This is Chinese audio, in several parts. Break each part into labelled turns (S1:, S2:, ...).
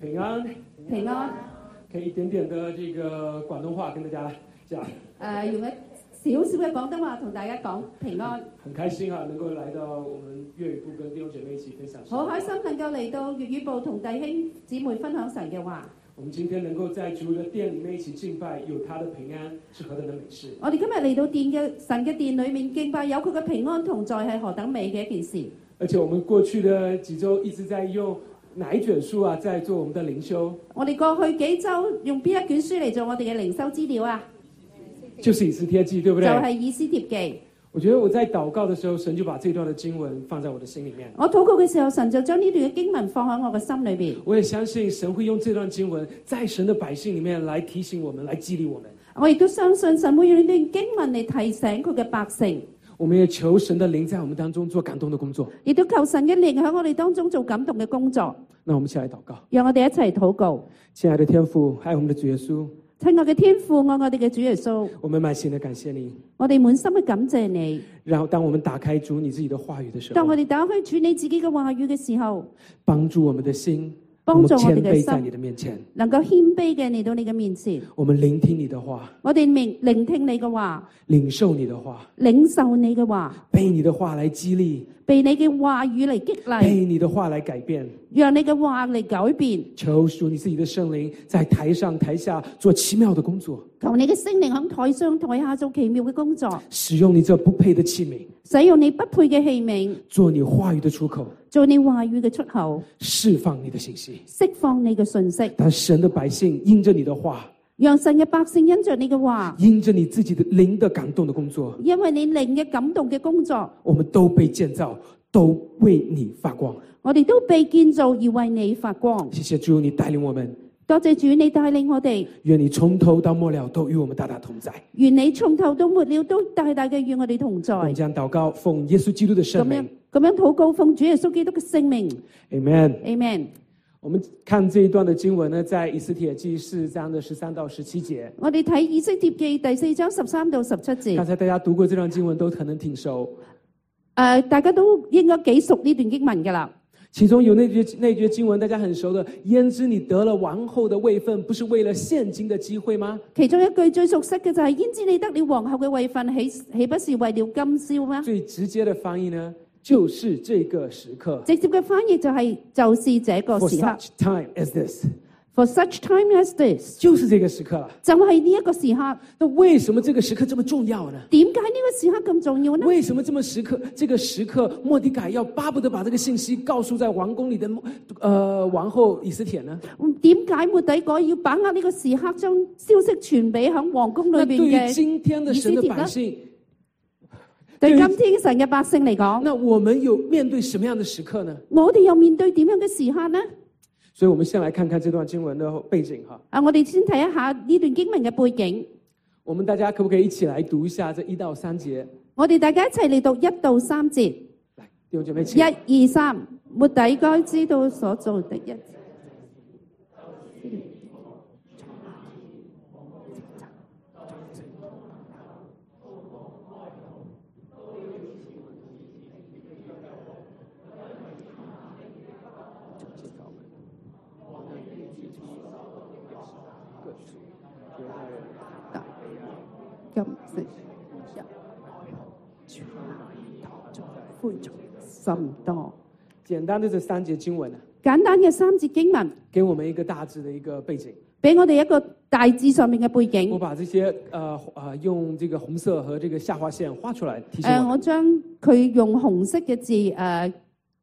S1: 平安，
S2: 平安。
S1: 可以一点点的这个广东话跟大家讲，
S2: 誒、用一少少嘅廣東話同大家講平安。
S1: 很开心啊，能够来到我们粤语部跟弟兄姐妹一起分享。
S2: 好開心能夠嚟到粵語部同弟兄姊妹分享神嘅話。
S1: 我们今天能够在主的殿里面一起敬拜，有他的平安是何等的美事！
S2: 我哋今日嚟到殿嘅神嘅殿裏面敬拜，有佢嘅平安同在係何等美嘅一件事。
S1: 而且我们过去的几周一直在用哪一卷书啊，在做我们的灵修，
S2: 我哋過去幾週用邊一卷書嚟做我哋嘅靈修資料啊？
S1: 就是以斯帖记，对不
S2: 就
S1: 对？
S2: 係、以斯帖記。
S1: 我觉得我在祷告的时候，神就把这段的经文放在我的心里面。
S2: 我禱告嘅時候，神就將呢段嘅經文放喺我嘅心裏邊。
S1: 我也相信神会用这段经文在神的百姓里面来提醒我们，来激励我们。
S2: 我亦都相信神會用呢段經文嚟提醒佢嘅百姓，
S1: 我们也求神的灵在我们当中做感动的工作。
S2: 亦都求神嘅力喺我哋當中做感動嘅工作。
S1: 那我们一起来祷告，
S2: 讓我哋一齊禱告。
S1: 亲爱的天父，还有我们的主耶稣，
S2: 親愛嘅天父，愛我哋嘅主耶穌，
S1: 我们满心的感谢你。
S2: 我哋滿心嘅感謝你。
S1: 然后，当我们打开主你自己的话语的时
S2: 當
S1: 候
S2: 我，哋打開主你自己嘅話語嘅時候，
S1: 帮助我们的心，我
S2: 幫
S1: 们
S2: 助我
S1: 谦
S2: 哋嘅
S1: 卑在
S2: 心，
S1: 你的面前，
S2: 能夠謙卑嘅嚟到你嘅面前。
S1: 我们聆听你的话，
S2: 我哋明聆聽你嘅話，
S1: 领受你的话，
S2: 領受你嘅話，
S1: 被你的话来激励，
S2: 被你嘅話語嚟激勵，
S1: 被你的话来改变。
S2: 讓你嘅話嚟改變。
S1: 求主你自己的圣灵在台上台下做奇妙的工作，
S2: 求你嘅聖靈喺台上台下做奇妙嘅工作，
S1: 使用你这不配的器皿，
S2: 使用你不配嘅器皿，
S1: 做你话语的出口，
S2: 做你話語嘅出口，
S1: 释放你的信息。
S2: 釋放你嘅信息，
S1: 但神的百姓因着你的话，
S2: 讓神嘅百姓因着你嘅話，
S1: 因着你自己的灵的感动的工作，
S2: 因為你靈嘅感動嘅工作，
S1: 我们都被建造，都为你发光。
S2: 我哋都被建造而為你發光。
S1: 谢谢主，你带领我们，
S2: 多謝主，你帶領我哋，
S1: 愿你从头到末了都与我们大大同在。
S2: 願你從頭到末了都大大嘅與我哋同在。
S1: 我们
S2: 咁
S1: 将祷告，奉耶稣基督的圣
S2: 樣
S1: 名
S2: 咁樣禱告，奉主耶穌基督嘅聖名
S1: ，Amen。
S2: ，Amen。
S1: 我们看这一段的经文呢，在以斯帖记四章的十三到十七节。
S2: 我哋睇以色帖記第四章十三到十七節。
S1: 刚才大家读过这段经文，都可能挺熟。
S2: 誒、呃大家都應該幾熟呢段經文㗎啦。
S1: 其中有那句那句经文大家很熟的：“焉知你得了王后的位分，不是为了现今的机会吗
S2: 其中一句最熟悉嘅就係、焉知你得了皇后嘅位份，岂岂不是為了今宵？”嗎？
S1: 最直接的翻译呢，就是这个时刻
S2: 直接嘅翻譯就係、就是這個
S1: ，for
S2: 時刻
S1: such time as this，
S2: ，for such time as this，
S1: 就是这个时刻了。
S2: 就係呢一個時刻。
S1: 那为什么这个时刻这么重要呢？
S2: 點解呢個時刻咁重要呢？
S1: 为什么这么时刻这个时刻，莫迪凯要巴不得把这个信息告诉在王宫里的呃王后以斯帖呢？
S2: 點解末底改要把握呢個時刻，將消息傳俾喺皇宮
S1: 那
S2: 裏
S1: 对
S2: 邊
S1: 于
S2: 嘅？
S1: 今天的神的百姓，對
S2: 對
S1: 於
S2: 今天神嘅百姓嚟講，
S1: 那我们有面对什么样的时刻呢？
S2: 我哋又面對點樣嘅時刻呢？
S1: 所以，我们先来看看这段经文的背景哈。
S2: 啊，我哋先睇一下呢段經文嘅背景。
S1: 我们大家可不可以一起来读一下这一到三节？
S2: 我哋大家一齊嚟讀一到三節。
S1: 来，弟兄姐妹，请。
S2: 一二三，末底該知道所做的一。金色灰族甚多。
S1: 简单的这三节经文啊呢、
S2: 簡單嘅三節經文，
S1: 给我们一个大致的一个背景。
S2: 俾我哋一個大致上面嘅背景
S1: 我。把这些呃呃用这个红色和这个下划线画出来，提
S2: 誒、
S1: 醒我们。
S2: 呃我將佢用紅色嘅字誒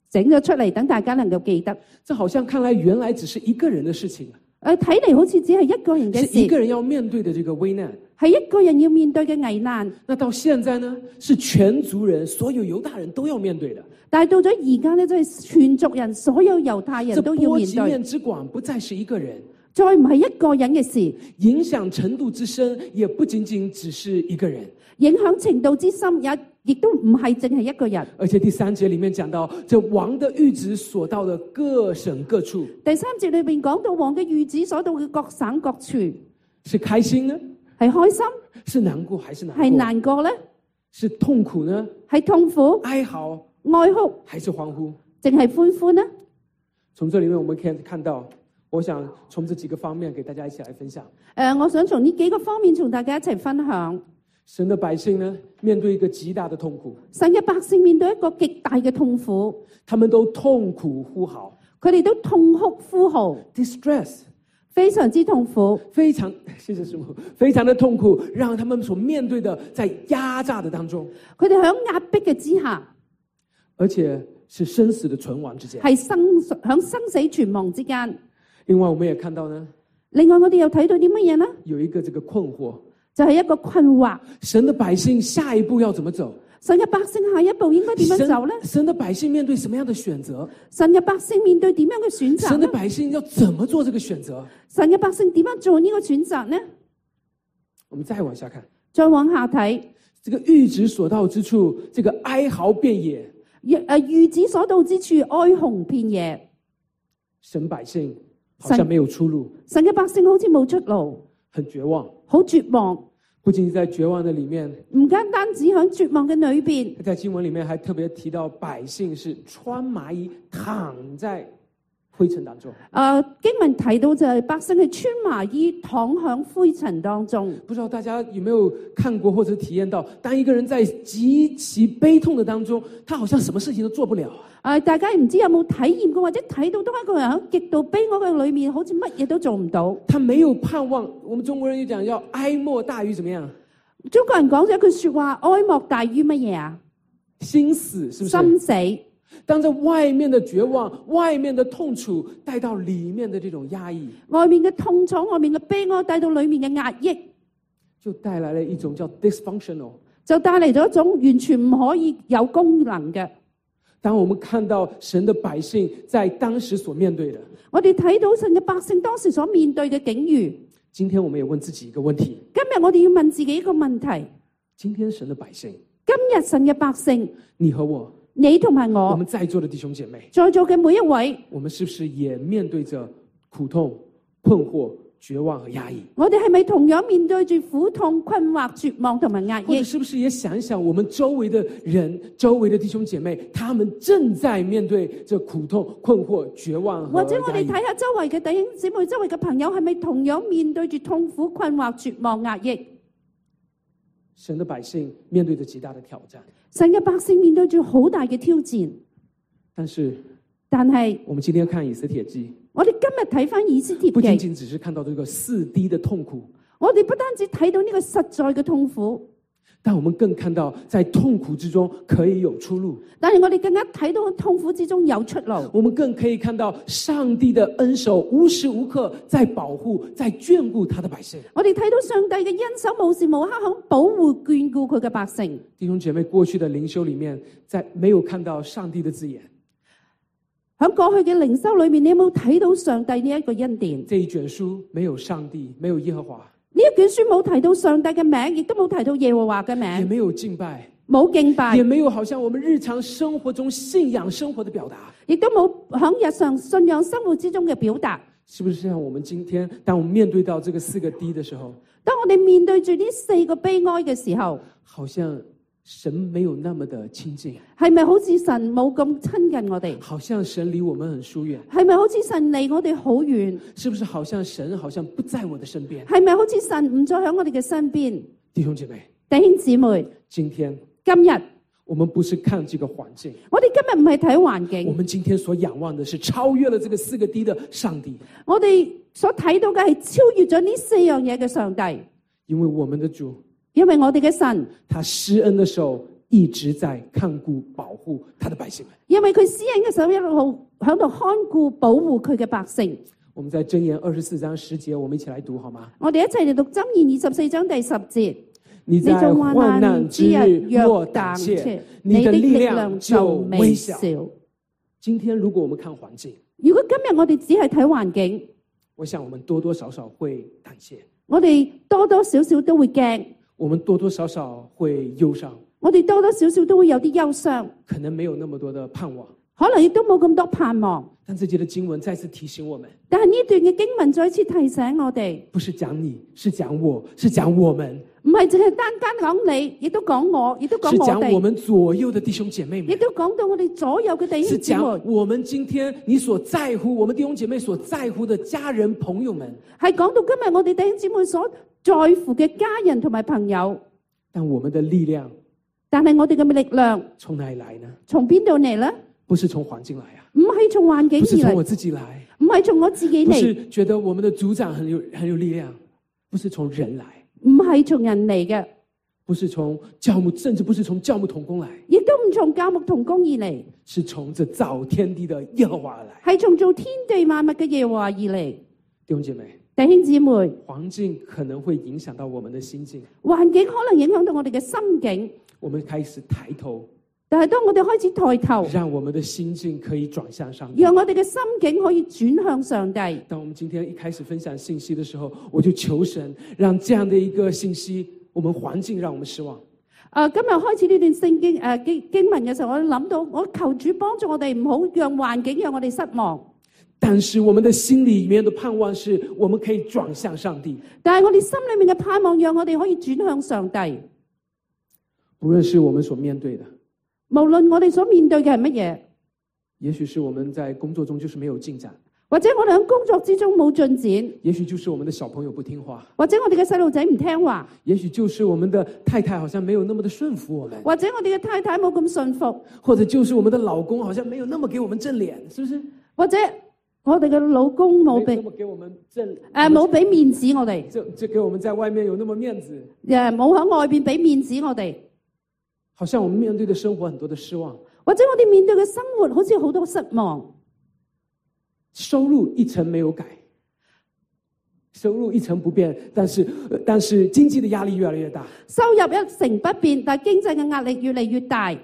S2: 整咗出嚟，等大家能夠記得。誒、呃
S1: 这好像看来原来只是一个人的事情，啊
S2: 睇嚟好似只係一個人嘅
S1: 是
S2: 事，
S1: 一个人要面对的这个危难。
S2: 係一個人要面對嘅危難。
S1: 那到现在呢，是全族人所有犹大人都要面对的。
S2: 但係到咗而家咧，即係全族人所有猶太人
S1: 这
S2: 都要
S1: 波
S2: 面
S1: 及
S2: 對，
S1: 面之广，不再是一个人。
S2: 再唔係一個人嘅事，
S1: 影响程度之深，也不仅仅只是一个人。
S2: 影響程度之深，也亦都唔係淨係一個人。
S1: 而且第三节里面讲到，这王的谕旨所到的各省各处，
S2: 第三節裏邊講到王嘅御子所到嘅各省各處，係
S1: 是开心呢，
S2: 開心，
S1: 是難过还是難
S2: 係
S1: 过？
S2: 難過呢，
S1: 是痛苦呢，
S2: 係痛苦、
S1: 哀嚎
S2: 哀哭，
S1: 还是欢呼？
S2: 淨係歡呼呢？
S1: 从这里面我们可以看到，我想从这几个方面给大家一起来分享。
S2: 誒，呃我想從呢幾個方面同大家一齊分享。
S1: 神的百姓呢，面对一个极大的痛苦，
S2: 神嘅百姓面對一個極大嘅痛苦，
S1: 他们都痛苦呼嚎
S2: 佢哋都痛哭呼號，
S1: ，distress，
S2: 非常之痛苦，
S1: 非常 谢谢师母，非常的痛苦，让他们所面对的在压榨的当中，
S2: 佢哋喺壓迫嘅之下，
S1: 而且是生死的存亡之间。
S2: 係生喺生死存亡之間。
S1: 另外，我们也看到呢，
S2: 另外，我哋又睇到啲乜嘢呢？
S1: 有一个这个困惑，
S2: 就係、一個困惑。
S1: 神的百姓下一步要怎么走？
S2: 神嘅百姓下一步應該點樣走呢？
S1: 神神的百姓面对什么样的选择？
S2: 神嘅百姓面對點樣嘅選擇
S1: 神的
S2: 呢？
S1: 百姓要怎么做这个选择？
S2: 神嘅百姓點樣做呢個選擇呢？
S1: 我们再往下看，
S2: 再往下睇，
S1: 这个玉指所到之处，这个哀嚎遍野，
S2: 若誒御子所到之處，哀鴻遍野。
S1: 神百姓好像没有出路，
S2: 神嘅百姓好似冇出路，
S1: 很绝望。
S2: 好絕望。
S1: 不仅是在绝望的里面，
S2: 唔單單只喺絕望嘅裏邊，
S1: 在经文里面还特别提到百姓是穿麻衣躺在灰尘当中。
S2: 呃、經文提到就係百姓係穿麻衣躺響灰塵當中。
S1: 不知道大家有没有看过或者体验到，当一个人在极其悲痛的当中，他好像什么事情都做不了，
S2: 啊、大家唔知有冇體驗過或者睇到，當一個人喺極度悲哀嘅裏面，好似乜嘢都做唔到。
S1: 他没有盼望。我们中国人就讲要哀莫大于怎么样？
S2: 中國人講咗一句説話：哀莫大於乜嘢啊？
S1: 心死是不是？
S2: 心死。
S1: 当在外面的绝望、外面的痛楚带到里面的这种压抑，
S2: 外面嘅痛楚，外面嘅悲哀，帶到裏面嘅壓抑，
S1: 就带来了一种叫 dysfunctional。
S2: 就帶嚟咗一種完全唔可以有功能嘅。
S1: 当我们看到神的百姓在当时所面對的，
S2: 我哋睇到神嘅百姓當時所面對嘅境遇。
S1: 今天我们也问自己一个问题：
S2: 今日我哋要問自己一個問題：
S1: 今天神的百姓，
S2: 今日神嘅百姓，
S1: 你和我，
S2: 你同埋
S1: 我
S2: 我
S1: 们在座的弟兄姐妹，
S2: 在座嘅每一位，
S1: 我们是不是也面对着苦痛、困惑、绝望和压抑？
S2: 我哋係咪同樣面對住苦痛、困惑、絕望同埋壓
S1: 或者
S2: 抑？
S1: 是不是也想一想我们周围的人、周围的弟兄姐妹，他们正在面对这苦痛、困惑、绝望和
S2: 或者我
S1: 压
S2: 哋
S1: 抑？
S2: 睇下周圍嘅弟兄姊妹、周圍嘅朋友，係咪同樣面對住痛苦、困惑、絕望、壓抑？
S1: 神的百姓面对着极大的挑战，
S2: 神嘅百姓面對住好大嘅挑戰，
S1: 但是
S2: 但係
S1: 我们今天看以斯帖记，
S2: 我哋今日睇翻以斯帖
S1: 不仅
S2: 記，
S1: 仅只是看到这个四 D 的痛苦，
S2: 我哋不單止睇到呢個實在嘅痛苦，
S1: 但我们更看到在痛苦之中可以有出路，
S2: 但係我哋更加睇到痛苦之中有出路。
S1: 我们更可以看到上帝的恩手无时无刻在保护、在眷顾他的百姓。
S2: 我哋睇到上帝嘅恩手無時無刻肯保護眷顧佢嘅百姓。
S1: 弟兄姐妹，过去的灵修里面，在没有看到上帝的字眼，
S2: 喺過去嘅靈修裏面，你有冇睇到上帝呢一個恩典？
S1: 这一卷书没有上帝，没有耶和华，
S2: 呢一卷書冇提到上帝嘅名，亦都冇提到耶和華嘅
S1: 也
S2: 名，
S1: 没有敬拜，
S2: 冇敬
S1: 也
S2: 拜，
S1: 没有好像我们日常生活中信仰生活的表达。
S2: 亦都冇喺日常信仰生活之中嘅表達。
S1: 是不是像我们今天，当我们面对到这个四个 D 的时候，
S2: 當我哋面對住呢四個悲哀嘅時候，
S1: 好像神没有那么的亲近，
S2: 係咪好似神冇咁親近我哋？
S1: 好像神离我们很疏远，
S2: 係咪好似神離我哋好遠？
S1: 是不是好像神好像不在我的身边？
S2: 係咪好似神唔再喺我哋嘅身邊？
S1: 弟兄姐妹，
S2: 弟兄姊妹，
S1: 今天
S2: 今日
S1: 我们不是看这个环境，
S2: 我哋今日唔係睇環境
S1: 我。们今天所仰望的是超越了这个四个 D 的上帝，
S2: 我哋所睇到嘅係超越咗呢四樣嘢嘅上帝，
S1: 因为我们的主
S2: 因為我哋嘅神，
S1: 他施恩的手一直在看顾、保护他的百姓们。
S2: 因為佢施恩嘅手一路喺度看顧保護佢嘅百姓。
S1: 我们在箴言二十四章十节，我们一起来读好吗？
S2: 我哋一齊嚟讀箴言二十四章第十節：
S1: 你在患难之日若胆怯，你的力量就微小。今天如果我们看环境，
S2: 如果今日我哋只係睇環境，
S1: 我想我们多多少少会胆怯，
S2: 我哋多多少少都會驚，
S1: 我们多多少少会忧伤，
S2: 我哋多多少少都會有啲憂傷，
S1: 可能没有那么多的盼望。
S2: 可能亦都冇咁多盼望。
S1: 但这节的经文再次提醒我们，
S2: 但係呢段嘅經文再一次提醒我哋，
S1: 不是讲你，是讲我，是讲我们，
S2: 唔係淨係單單講你，亦都講我，亦都講
S1: 是
S2: 我
S1: 讲我
S2: 哋，
S1: 们左右的弟兄姐妹
S2: 亦
S1: 们，
S2: 都講到我哋左右嘅弟
S1: 是
S2: 兄姊妹，
S1: 讲我们今天你所在乎，我们弟兄姐妹所在乎的家人朋友们。
S2: 係講到今日我哋弟兄姊妹所在乎嘅家人同埋朋友。
S1: 但我们的力量
S2: 但係我哋嘅力量
S1: 从哪里来呢？
S2: 從邊度嚟呢？
S1: 不是从环境来啊，
S2: 唔係從環境
S1: 不是
S2: 而
S1: 从
S2: 嚟
S1: 我，自己来，
S2: 唔係從我自己
S1: 不
S2: 嚟，
S1: 是觉得我们的组长很有很有力量，不是从人来，
S2: 唔係從人嚟嘅，
S1: 不是从教母，甚至不是从教母同工来，
S2: 亦都唔從教牧同工而嚟，
S1: 是从这造天地的耶和华而来。
S2: 係從做天地萬物嘅耶和華而嚟。
S1: 弟兄姐妹，
S2: 弟兄姊妹，
S1: 环境可能会影响到我们的心境，
S2: 環境可能影響到我哋嘅心境，
S1: 我们开始抬头，
S2: 但係當我哋開始抬頭，
S1: 让我们的心境可以转向上帝。
S2: 讓我哋嘅心境可以轉向上帝。
S1: 当我们今天一开始分享信息的时候，我就求神让这样的一个信息，我们环境让我们失望，
S2: 啊，今日開始呢段聖經誒、啊經經文嘅時候，我諗到我求主幫助我哋，唔好讓環境讓我哋失望。
S1: 但是我们的心里面的盼望是我们可以转向上帝。
S2: 但係我哋心裏面嘅盼望，讓我哋可以轉向上帝。
S1: 不论是我们所面对的，
S2: 無論我哋所面對嘅係乜嘢，
S1: 也许是我们在工作中就是没有进展，
S2: 或者我哋喺工作之中冇進展，
S1: 也许就是我们的小朋友不听话，
S2: 或者我哋嘅細路仔唔聽話，
S1: 也许就是我們的太太好像没有那么的順服我們，
S2: 或者我哋嘅太太冇咁信服，
S1: 或者就是我們的老公好像没有那么给我們正脸，是不是？
S2: 或者我哋嘅老公冇
S1: 没
S2: 俾
S1: 有那么给我们正
S2: 誒冇俾面子我哋，
S1: 就就给我们在外面有那么面子，
S2: 誒冇喺外邊俾面子我哋，
S1: 好像我们面对的生活很多的失望，
S2: 或者我哋面對嘅生活好似好多失望。
S1: 收入一成没有改，收入一成不变，但是、呃但是经济的压力越来越大，
S2: 收入一成不變，但經濟嘅壓力越嚟越大。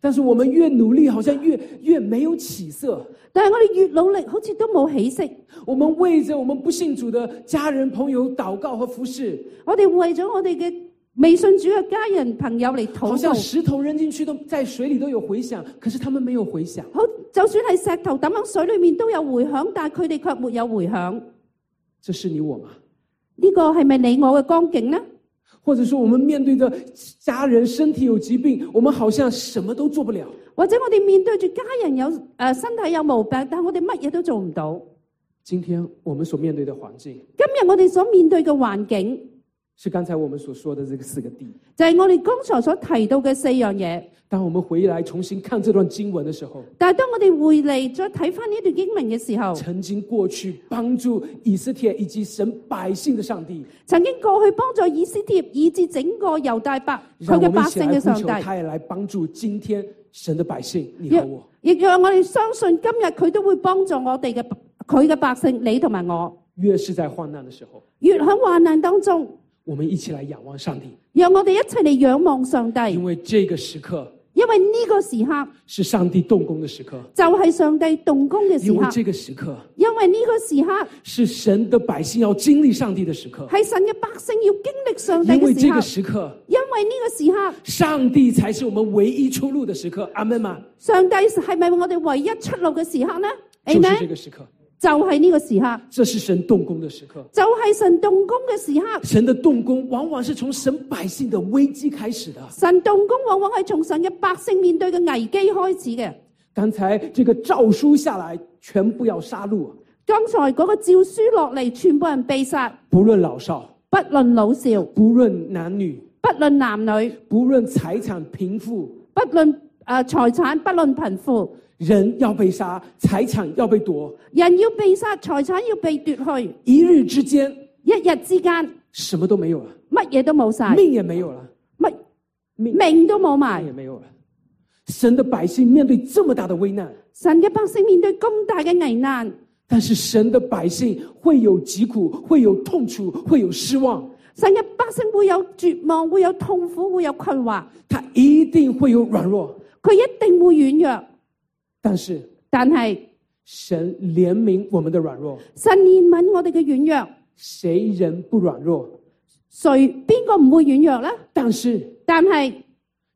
S1: 但是我们越努力，好像越越没有起色。
S2: 但係我哋越努力，好似都冇起色。
S1: 我们为着我们不信主的家人朋友祷告和服侍，
S2: 我哋為咗我哋嘅未信主嘅家人朋友嚟
S1: 好
S2: 討
S1: 像
S2: 論，
S1: 石头扔进去都在水里都有回响，可是他们没有回响。
S2: 好就算係石頭抌喺水裏面都有回響，但係佢哋卻沒有回響。
S1: 这是你我吗？
S2: 呢、個係咪你我嘅光景呢？
S1: 或者说，我们面对着家人身体有疾病，我们好像什么都做不了。
S2: 或者我哋面對住家人有誒、呃身體有毛病，但係我哋乜嘢都做唔到。
S1: 今天我们所面对的环境，
S2: 今日我哋所面對嘅環境，
S1: 是刚才我们所说的这个四个地。
S2: 就係、我哋剛才所提到嘅四樣嘢。
S1: 当我们回来重新看这段经文的时候，
S2: 但係當我哋回嚟再睇翻呢段經文嘅時候，
S1: 曾经过去帮助以色列以及神百姓的上帝，
S2: 曾經過去幫助以斯帖，以至整個猶大伯
S1: 让
S2: 佢
S1: 我
S2: 嘅
S1: 们
S2: 百
S1: 一起
S2: 姓
S1: 来
S2: 嘅
S1: 呼
S2: 上
S1: 求
S2: 帝，
S1: 他也来帮助今天神的百姓，你和我。
S2: 亦讓我哋相信今日佢都會幫助我哋嘅佢嘅百姓，你同埋我，
S1: 越是在患难的时候，
S2: 越喺患難當中，
S1: 我们一起来仰望上帝，
S2: 讓我哋一齊嚟仰望上帝，
S1: 因为这个时刻
S2: 因為呢個時刻
S1: 是上帝动工的时刻，
S2: 就係上帝動工嘅時
S1: 因为
S2: 刻，
S1: 这个时刻
S2: 因為呢個時刻
S1: 是神的百姓要經歷上帝的時刻，
S2: 係神嘅百姓要經歷上帝
S1: 因為
S2: 嘅
S1: 這
S2: 時
S1: 個
S2: 刻，
S1: 時刻，
S2: 因為呢個時刻，
S1: 上帝才是我們唯一出路的時刻。阿門嗎？
S2: 上帝係咪我哋唯一出路嘅時刻呢
S1: 就是這
S2: ？Amen，
S1: 個時刻，
S2: 就係呢個時刻，
S1: 這是神動工的時刻。
S2: 就係神動工嘅時刻。
S1: 神的動工往往是從神百姓的危機開始的。
S2: 神動工往往係從神嘅百姓面對嘅危機開始嘅。
S1: 剛才這個诏書下來，全部要殺戮，
S2: 剛才嗰個诏書落嚟，全部人被殺，
S1: 不論老少，
S2: 不論老少，
S1: 不論男女，
S2: 不論男女，
S1: 不論財產貧富，
S2: 不論誒財產，不論貧富，
S1: 人要被殺，財產要被奪，
S2: 人要被殺，財產要被奪去，
S1: 一日之間
S2: 一日之間
S1: 什麼都沒有了，
S2: 乜嘢都冇晒，
S1: 命也沒有了，
S2: 乜
S1: 命
S2: 命都冇埋
S1: 也。没有了。神的百姓面对这么大的危难，
S2: 神嘅百姓面對咁大嘅危難，
S1: 但是神的百姓会有疾苦，会有痛楚，会有失望，
S2: 神嘅百姓會有絕望，會有痛苦，會有困惑，
S1: 他一定会有软弱。
S2: 佢一定會軟弱。
S1: 但是
S2: 但係
S1: 神怜悯我们的软弱，
S2: 神憐憫我哋嘅軟弱。
S1: 谁人不软弱？
S2: 谁边个唔会软弱呢？
S1: 但是
S2: 但系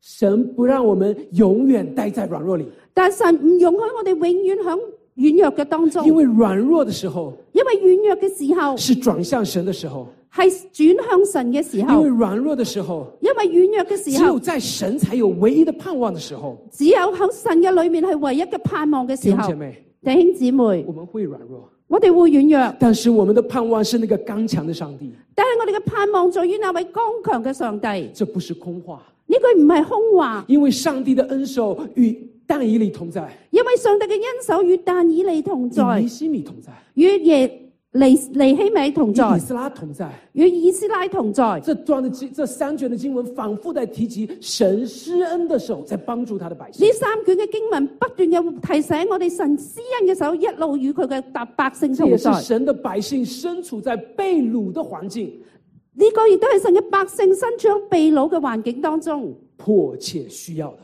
S1: 神不让我们永远待在软弱里，
S2: 但神唔容許我哋永遠響軟弱嘅當中，
S1: 因為软弱的时候
S2: 因為軟弱嘅時候
S1: 是转向神的时候，
S2: 係轉向神嘅時
S1: 因
S2: 候
S1: 為，软弱的时候，
S2: 因為軟弱嘅
S1: 只
S2: 時候
S1: 有，在神才有唯一的盼望的时候。
S2: 只有響神嘅裏面係唯一嘅盼望嘅
S1: 弟
S2: 時
S1: 兄
S2: 候
S1: 姐。妹，
S2: 弟兄姊妹，
S1: 我們會软弱，
S2: 我哋會軟弱，
S1: 但是我們的盼望是那個剛强的上帝，
S2: 但係我哋嘅盼望在於那位剛強嘅上帝。呢
S1: 這不是空話，
S2: 句唔係空話，
S1: 因為上帝的恩手與但以理同在，
S2: 因為上帝嘅恩手與但以利同
S1: 與尼
S2: 在，
S1: 西米同在，
S2: 與耶尼尼希米同
S1: 與以
S2: 在，
S1: 斯拉同在。
S2: 與以斯拉同在。
S1: 这段的经，这三卷的經文反复在提及神施恩的手在幫助他的百姓
S2: 呢。三卷嘅經文不斷嘅提醒我哋神施恩嘅手一路與佢嘅百百姓
S1: 这
S2: 同
S1: 也是
S2: 在。
S1: 神的百姓身處在被掳的環境，
S2: 呢個亦都係神嘅百姓身處喺秘掳嘅環境當中
S1: 迫切需要的。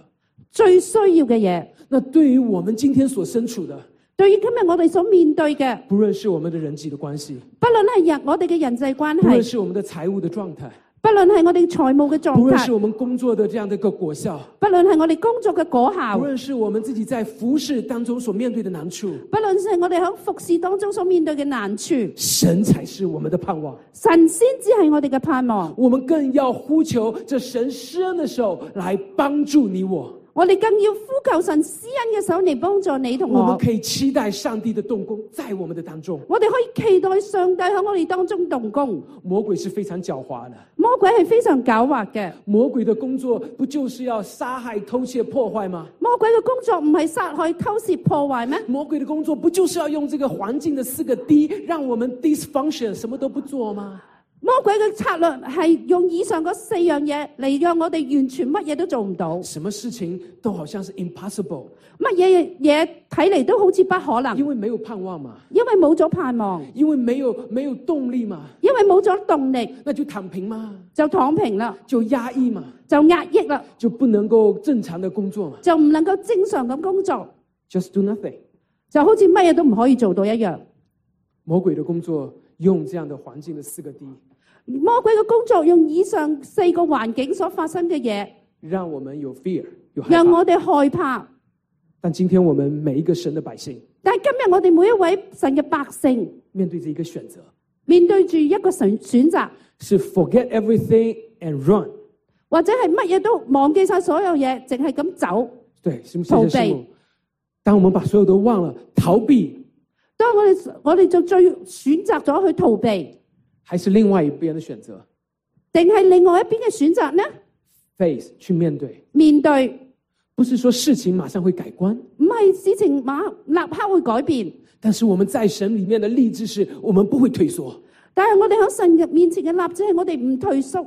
S2: 最需要嘅嘢。
S1: 那對於我們今天所身處的，
S2: 對於今日我哋所面對嘅，
S1: 不論是我們的人際的關係，
S2: 不論係人我哋嘅人際關
S1: 不論
S2: 係，
S1: 是我們的財務的狀態，
S2: 不論係我哋財務嘅
S1: 不
S2: 狀
S1: 論是
S2: 態，
S1: 我們工作的這樣的一個果效，
S2: 不論係我哋工作嘅果效，
S1: 不論是我們自己在服侍當中所面對的難處，
S2: 不論係我哋喺服侍當中所面對嘅難處，
S1: 神才是我們的盼望。
S2: 神先至係我哋嘅盼望。
S1: 我們更要呼求这神施恩的手來幫助你我。
S2: 我哋更要呼求神施恩嘅手嚟幫助你同
S1: 我们
S2: 我。
S1: 可以期待上帝的动工在我们的当中。
S2: 我哋可以期待上帝喺我哋當中動工。
S1: 魔鬼是非常狡猾的，
S2: 魔鬼係非常狡猾嘅，
S1: 魔鬼的工作不就是要杀害、偷窃、破壞嗎？
S2: 魔鬼嘅工作唔係殺害、偷竊、破壞咩？
S1: 魔鬼的工作不就是要用这个环境的四个 D，让我们 dysfunction 什么都不做吗？
S2: 魔鬼嘅策略係用以上嗰四樣嘢嚟讓我哋完全乜嘢都做唔到，
S1: 什么事情都好像是 impossible，
S2: 乜嘢嘢睇嚟都好似不可能，
S1: 因为没有盼望嘛，
S2: 因為冇咗盼望，
S1: 因为沒有没有动力嘛，
S2: 因為冇咗動力，
S1: 那就躺平嘛，
S2: 就躺平啦，
S1: 就壓抑嘛，
S2: 就壓抑啦，
S1: 就不能夠正常的工作嘛
S2: 就唔能夠正常咁工作，
S1: ，just do nothing。
S2: 就好似乜嘢都唔可以做到一樣。
S1: 魔鬼的工作用這樣的環境的四個 D，
S2: 魔鬼嘅工作用以上四個環境所發生嘅嘢，
S1: 让我们有 fear，有害
S2: 讓
S1: 怕。
S2: 我哋害怕。
S1: 但今天我们每一个神的百姓，
S2: 但係今日我哋每一位神嘅百姓，
S1: 面對着一個選擇，
S2: 面對住一個選選擇，
S1: 是 forget everything and run。
S2: 或者係乜嘢都忘記晒所有嘢，淨係咁走。
S1: 對，是不是？
S2: 逃避
S1: 謝謝師母当我們把所有都忘了，逃避
S2: 當我哋我哋就最選擇咗去逃避，
S1: 還是另外一邊的選擇
S2: 定係另外一邊嘅選擇呢？
S1: ，face 去面對。
S2: 面對
S1: 不是說事情馬上會改觀，
S2: 唔係事情馬立刻會改變，
S1: 但是我們在神裡面的立志是，我們不會退縮，
S2: 但係我哋喺神嘅面前嘅立志係我哋唔退縮，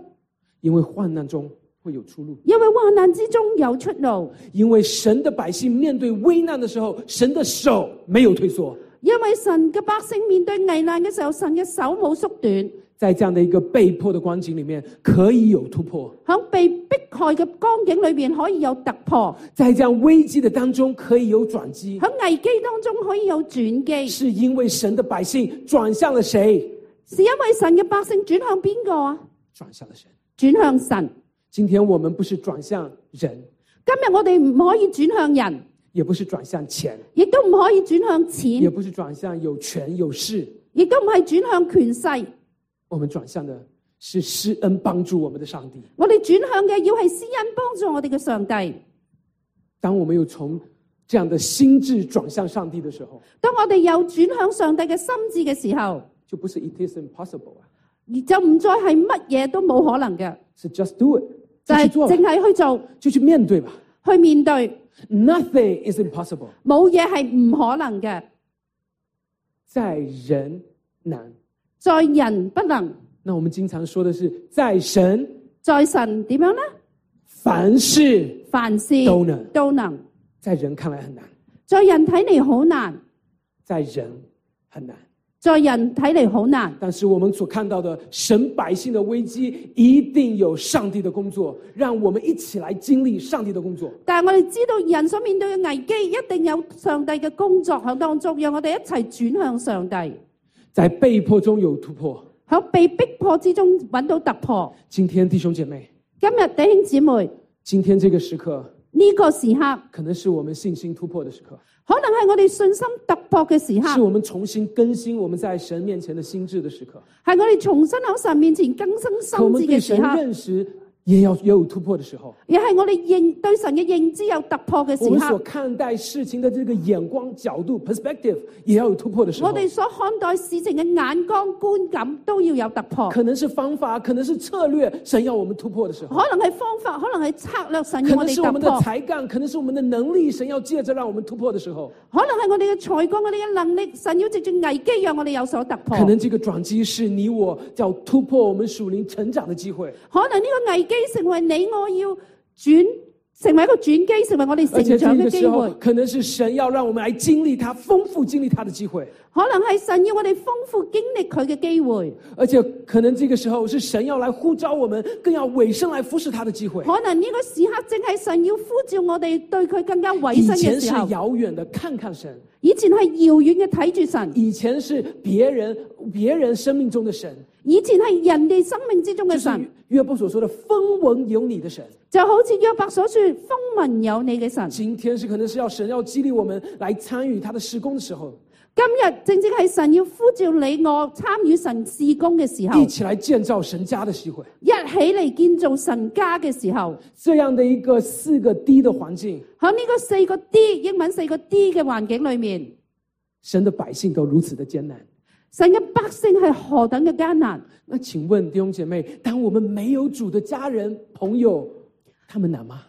S1: 因為患難中會有出路。
S2: 因為患難之中有出路。
S1: 因為神的百姓面對危難的時候，神的手沒有退縮。
S2: 因為神嘅百姓面對危難嘅時候，神嘅手冇縮短，
S1: 在這樣的一個被迫的光景裡面，可以有突破；
S2: 喺被迫害嘅光景裏邊可以有突破，
S1: 在這樣危機的當中，可以有轉機。
S2: 喺危機當中可以有轉機。
S1: 是因為神的百姓轉向了誰？
S2: 是因為神嘅百姓轉向邊個啊？
S1: 轉向了神。
S2: 轉向神。
S1: 今天我們不是轉向人，
S2: 今日我哋唔可以轉向人，
S1: 也不是轉向錢，
S2: 亦都唔可以轉向
S1: 也
S2: 錢，
S1: 不是轉向有權有勢。
S2: 亦都唔係轉向權勢。
S1: 我們轉向的是施恩幫助我們的上帝。
S2: 我哋轉向嘅要係施恩幫助我哋嘅上帝。
S1: 當我們有從這樣的心智轉向上帝的時候，
S2: 當我哋有轉向上帝嘅心智嘅時候，
S1: 就不是 it is impossible 啊，
S2: 就唔再係乜嘢都冇可能嘅，
S1: 是 just do it，
S2: 就
S1: 就去
S2: 係
S1: 做
S2: 淨
S1: 吧，
S2: 係去做。
S1: 就去面對吧。
S2: 去面對，
S1: Nothing is impossible，
S2: 冇嘢係唔可能嘅，
S1: 在人難。
S2: 在人不能，
S1: 那我們經常說的是，在神
S2: 在神點樣呢？
S1: 凡事
S2: 凡事
S1: 都能，
S2: 都能，
S1: 在人看來很難，
S2: 在人睇嚟好難，
S1: 在人很難。
S2: 在人睇嚟好難。
S1: 但是我們所看到的神百姓的危機，一定有上帝的工作，讓我们一起來经歷上帝的工作。
S2: 但係我哋知道人所面對嘅危機，一定有上帝嘅工作喺當中，讓我哋一齊轉向上帝，
S1: 在被迫中有突破。
S2: 喺被逼迫之中揾到突破。
S1: 今天弟兄姐妹，
S2: 今日弟兄姊妹，
S1: 今天这个时刻，
S2: 呢個時刻，
S1: 可能是我们信心突破的时刻，
S2: 可能係我哋信心突破嘅時
S1: 是
S2: 刻，
S1: 我们重新更新我们在神面前的心智的时刻，
S2: 係我哋重新喺神面前更新心
S1: 可我们
S2: 智
S1: 对
S2: 嘅時
S1: 神
S2: 刻，
S1: 认识也要也有突破的时候。
S2: 亦係我哋認對神嘅認知有突破嘅
S1: 我们
S2: 時
S1: 所
S2: 刻。
S1: 看待事情的这个眼光、角度 （perspective） 也要有突破的时候
S2: 我。哋所看待事情嘅眼光、觀感都要有突破，
S1: 可能是方法，可能是策略，神要我们突破的时候。
S2: 可能係方法，可能係策略，神
S1: 可
S2: 要我
S1: 能
S2: 哋
S1: 是我
S2: 突
S1: 们的
S2: 破，
S1: 才干，可能是我们的能力，神要借着让我们突破的时候，
S2: 可能係我哋嘅才幹、我哋嘅能力，神要藉住危機讓我哋有所突破
S1: 可。能这个转机是你我要突破我们属灵成长的机会，
S2: 可能呢個危機成為你我要轉，成為一個轉機，成為我哋
S1: 而且这
S2: 成長
S1: 个
S2: 嘅機
S1: 时候
S2: 會。
S1: 可能是神要让我们来经历它，丰富经历它的机会，
S2: 可能係神要我哋豐富經歷佢嘅機會，
S1: 而且可能这个时候是神要来呼召我们，更要委身来服侍它的机会。
S2: 可能呢個時刻正係神要呼召我哋對佢更加委
S1: 以
S2: 身嘅
S1: 前
S2: 時
S1: 是
S2: 候。
S1: 遥远的看看神，
S2: 以前係遙遠嘅睇住神，
S1: 以前是别人别人生命中的神，
S2: 以前係人哋生命之中
S1: 就
S2: 嘅
S1: 是
S2: 神，
S1: 约伯所说的“风闻有你的神”。
S2: 就好似約伯所說：風聞有你嘅神。
S1: 今天是可能是要神要激励我们来参与他的施工的时候，
S2: 今日正正係神要呼召你我參與神事工嘅時候，
S1: 一
S2: 一
S1: 起来建造神家的机会。
S2: 起嚟建造神家嘅時候。
S1: 这样的一个四个 D 的环境，
S2: 喺呢個四個 D 英文四個 D 嘅環境裏面，
S1: 神的百姓都如此的艰难。
S2: 神嘅百姓係何等嘅艱難。
S1: 那请问弟兄姐妹，当我们没有主的家人朋友，他们难吗？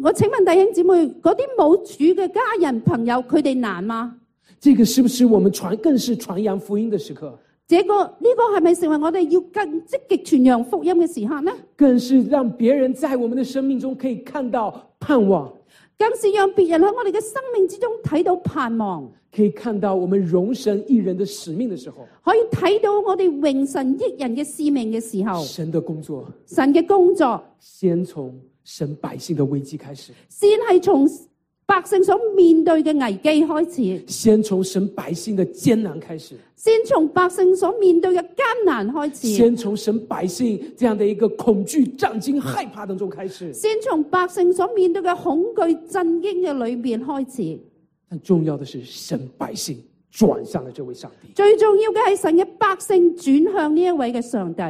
S2: 我請問弟兄姊妹，嗰啲冇主嘅家人朋友，佢哋難嗎？
S1: 这个是不是我们传更是传扬福音的时刻，
S2: 這個呢、個係咪成為我哋要更積極傳揚福音嘅時刻呢？
S1: 更是让别人在我们的生命中可以看到盼望，
S2: 更是讓別人喺我哋嘅生命之中睇到盼望，
S1: 可以看到我们容神一人的使命的时候，
S2: 可以睇到我哋榮神益人嘅使命嘅時候，
S1: 神的工作
S2: 神嘅工作
S1: 先从神百姓的危机开始。
S2: 先係從百姓所面對嘅危機開始，
S1: 先从神百姓的艰难开始，
S2: 先從百姓所面對嘅艱難開始。
S1: 先从神百姓这样的一个恐惧、战惊、害怕当中开始。
S2: 先從百姓所面對嘅恐懼、震驚嘅裏面開始。
S1: 但重要的是，神百姓转向了这位上帝。
S2: 最重要嘅係神嘅百姓轉向呢一位嘅上帝。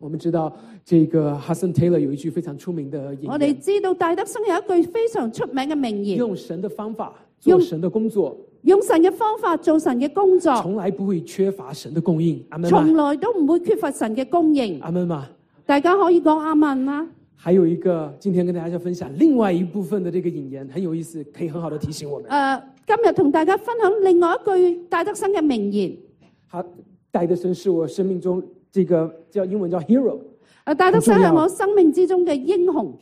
S1: 我们知道，这个 Hudson Taylor 有一句非常出名的引
S2: 我哋
S1: 言：
S2: 知道戴德生有一句非常出名嘅名言：
S1: 用神的方法做
S2: 用
S1: 神的工作，
S2: 用神嘅方法做神嘅工作，
S1: 从来不会缺乏神的供应。阿门
S2: 從
S1: 吗？
S2: 來都唔會缺乏神嘅供應。
S1: 阿门吗？
S2: 大家可以講阿文啦。
S1: 还有一个，今天跟大家分享另外一部分的这个引言，很有意思，可以很好的提醒我们
S2: 誒、。今日同大家分享另外一句戴德生嘅名言。
S1: 他戴德森是我生命中这个叫英文叫 hero。
S2: 誒，戴德生
S1: 好重
S2: 係
S1: 要
S2: 我生命之中嘅英雄。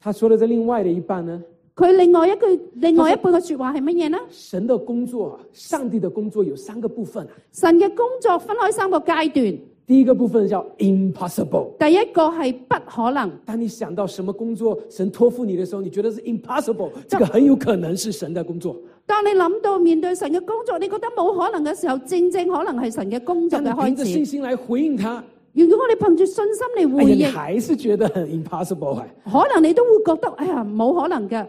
S1: 他说的这另外的一半呢，
S2: 佢另外一句另外一半嘅説話係乜嘢呢？
S1: 神的工作，上帝的工作有三个部分啊。
S2: 神嘅工作分開三個階段。
S1: 第一个部分叫 impossible。
S2: 第一個係不可能。
S1: 当你想到什么工作神托付你的时候，你觉得是 impossible，这个很有可能是神的工作。
S2: 當你諗到面對神嘅工作，你覺得冇可能嘅時候，正正可能係神嘅工作
S1: 当你
S2: 嘅
S1: 凭
S2: 開
S1: 着信
S2: 始。
S1: 心来回应他，
S2: 如果我哋憑住信心嚟
S1: 哎
S2: 回
S1: 呀，你
S2: 應，
S1: 还是觉得很 impossible 哎。
S2: 可能你都會覺得哎呀冇可能嘅。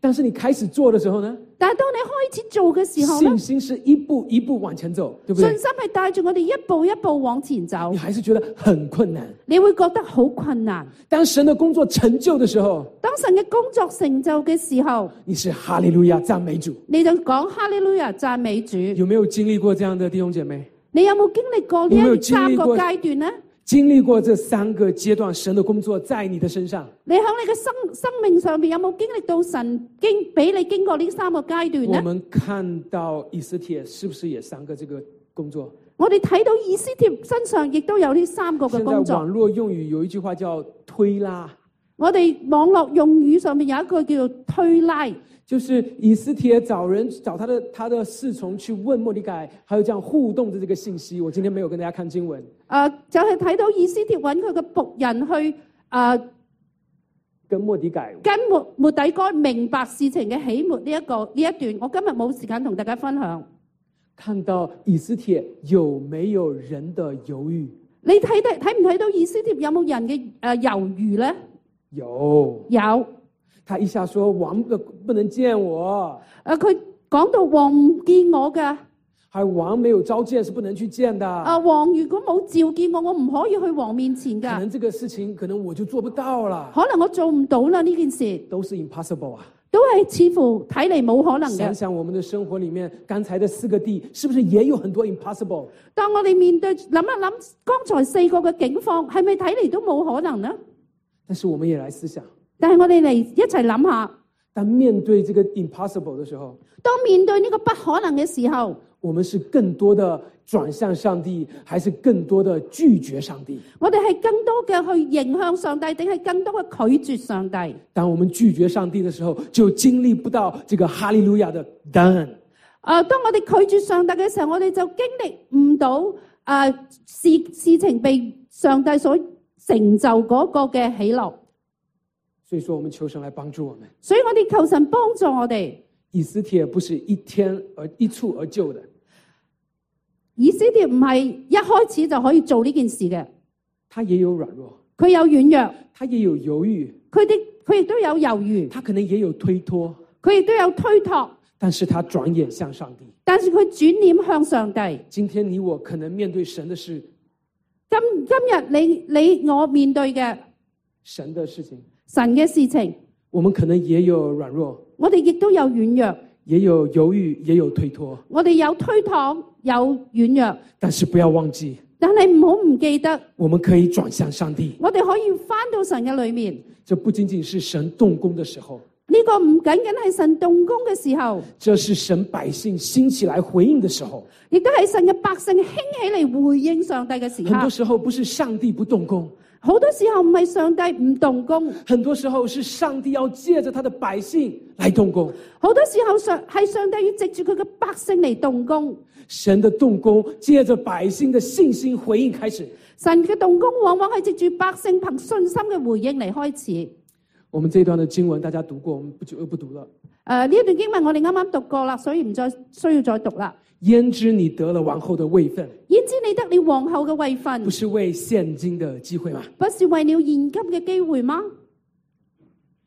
S1: 但是你开始做的时候呢，
S2: 但係當你開始做嘅時候呢
S1: 信，心是一步一步往前走，对不
S2: 信
S1: 对？
S2: 心係帶住我哋一步一步往前走
S1: 你，还是觉得很困难。
S2: 你會覺得好困難。
S1: 当神的工作成就的时候，
S2: 當神嘅工作成就嘅時候，
S1: 你是哈利路亚赞美主。
S2: 你就講哈利路亞讚美主。
S1: 有沒有經歷過這樣的弟兄姐妹？
S2: 你有冇經歷過
S1: 有冇有
S2: 呢一
S1: 經歷
S2: 三個
S1: 過
S2: 階段呢？
S1: 經歷過這三個階段，神的工作在你的身上。
S2: 你喺你嘅生生命上面有冇經歷到神經俾你經過呢三個階段
S1: 我
S2: 呢？
S1: 們看到以斯帖是不是也三個這個工作？
S2: 我哋睇到以斯帖身上亦都有呢三個嘅
S1: 現
S2: 工
S1: 在
S2: 作。
S1: 網絡用語有一句話叫“推拉
S2: 我哋網絡用語上面有一句叫做推拉，
S1: 就
S2: 就”，
S1: 是以斯帖找人找他的他的侍從去問莫迪改，還有這樣互動的這個信息。我今天沒有跟大家看經文，
S2: 呃、就係、睇到以斯帖揾佢嘅仆人去呃、
S1: 跟莫迪改
S2: 跟末末底該明白事情嘅起末呢、一個呢一段。我今日冇時間同大家分享。
S1: 看到以斯帖有沒有人的猶豫？
S2: à, 你睇睇睇唔睇到以斯帖有冇人嘅誒猶豫呢？
S1: 有，
S2: 有
S1: 他一下说王呃不能见我，
S2: 誒佢講到王唔見我嘅，
S1: 还王没有召见是不能去见的。
S2: 啊王如果冇召見我，我唔可以去王面前
S1: 可
S2: 㗎，
S1: 能这个事情可能我就做不到了，
S2: 可能我做唔到啦呢件事，
S1: 都是 impossible 啊。
S2: 都係似乎睇嚟冇可能
S1: 想
S2: 嘅。
S1: 想我们的生活里面，刚才的四个地是不是也有很多 impossible？
S2: 當我哋面對諗一諗剛才四個嘅境況，係咪睇嚟都冇可能呢？
S1: 但是我们也来思想，
S2: 但係我哋嚟一齊諗下，
S1: 当面对这个 impossible 的时候，
S2: 當面對呢個不可能嘅時候，
S1: 我们是更多的转向上帝，还是更多的拒绝上帝？
S2: 我哋係更多嘅去迎向上帝，定係更多嘅拒絕上帝？
S1: 当我们拒绝上帝的时候，就经历不到这个哈利路亚的 done。
S2: 啊，當我哋拒絕上帝嘅時候，我哋就經歷唔到啊事事情被上帝所成就嗰個嘅喜樂。
S1: 所以说，我们求神来帮助我们。
S2: 所以我哋求神幫助我哋。
S1: 以斯帖不是一天而一蹴而就的，
S2: 以色列唔係一開始就可以做呢件事嘅，
S1: 他也有软弱，
S2: 佢有軟弱，
S1: 他也有犹豫，
S2: 佢哋佢亦都有猶豫，
S1: 他可能也有推脱，
S2: 佢亦都有推托，
S1: 但是他转眼向上帝。
S2: 但是佢轉臉向上帝。
S1: 今天你我可能面对神的事，
S2: 今今日你你我面對嘅
S1: 神的事情，
S2: 神嘅事情，
S1: 我们可能也有软弱，
S2: 我哋亦都有軟弱，
S1: 也有犹豫，也有推脱，
S2: 我哋有推搪，有軟弱。
S1: 但是不要忘记，
S2: 但系唔好唔記得，
S1: 我们可以转向上帝。
S2: 我哋可以翻到神嘅裏面。
S1: 这不仅仅是神动工的时候，
S2: 呢、個唔僅僅係神動工嘅時候，
S1: 这是神百姓兴起来回应的时候。
S2: 亦都係神嘅百姓興起嚟回應上帝嘅時
S1: 很多
S2: 刻。
S1: 时候不是上帝不动工，
S2: 好多時候唔係上帝唔動工，
S1: 很多时候是上帝要借着他的百姓来动工。
S2: 好多時候上係上帝要藉住佢嘅百姓嚟動工。
S1: 神的动工借着百姓的信心回应开始。
S2: 神嘅動工往往係藉住百姓憑信心嘅回應嚟開始。誒、
S1: 我们这段的经文大家读过，我们不就不讀了。
S2: 呢一段經文我哋啱啱讀過啦，所以唔再需要再讀啦。
S1: 焉知你得了王后的位分，
S2: 焉知你得你皇后嘅位份
S1: 不，是为现今的机会吗？
S2: 不是為了現今嘅機會嗎？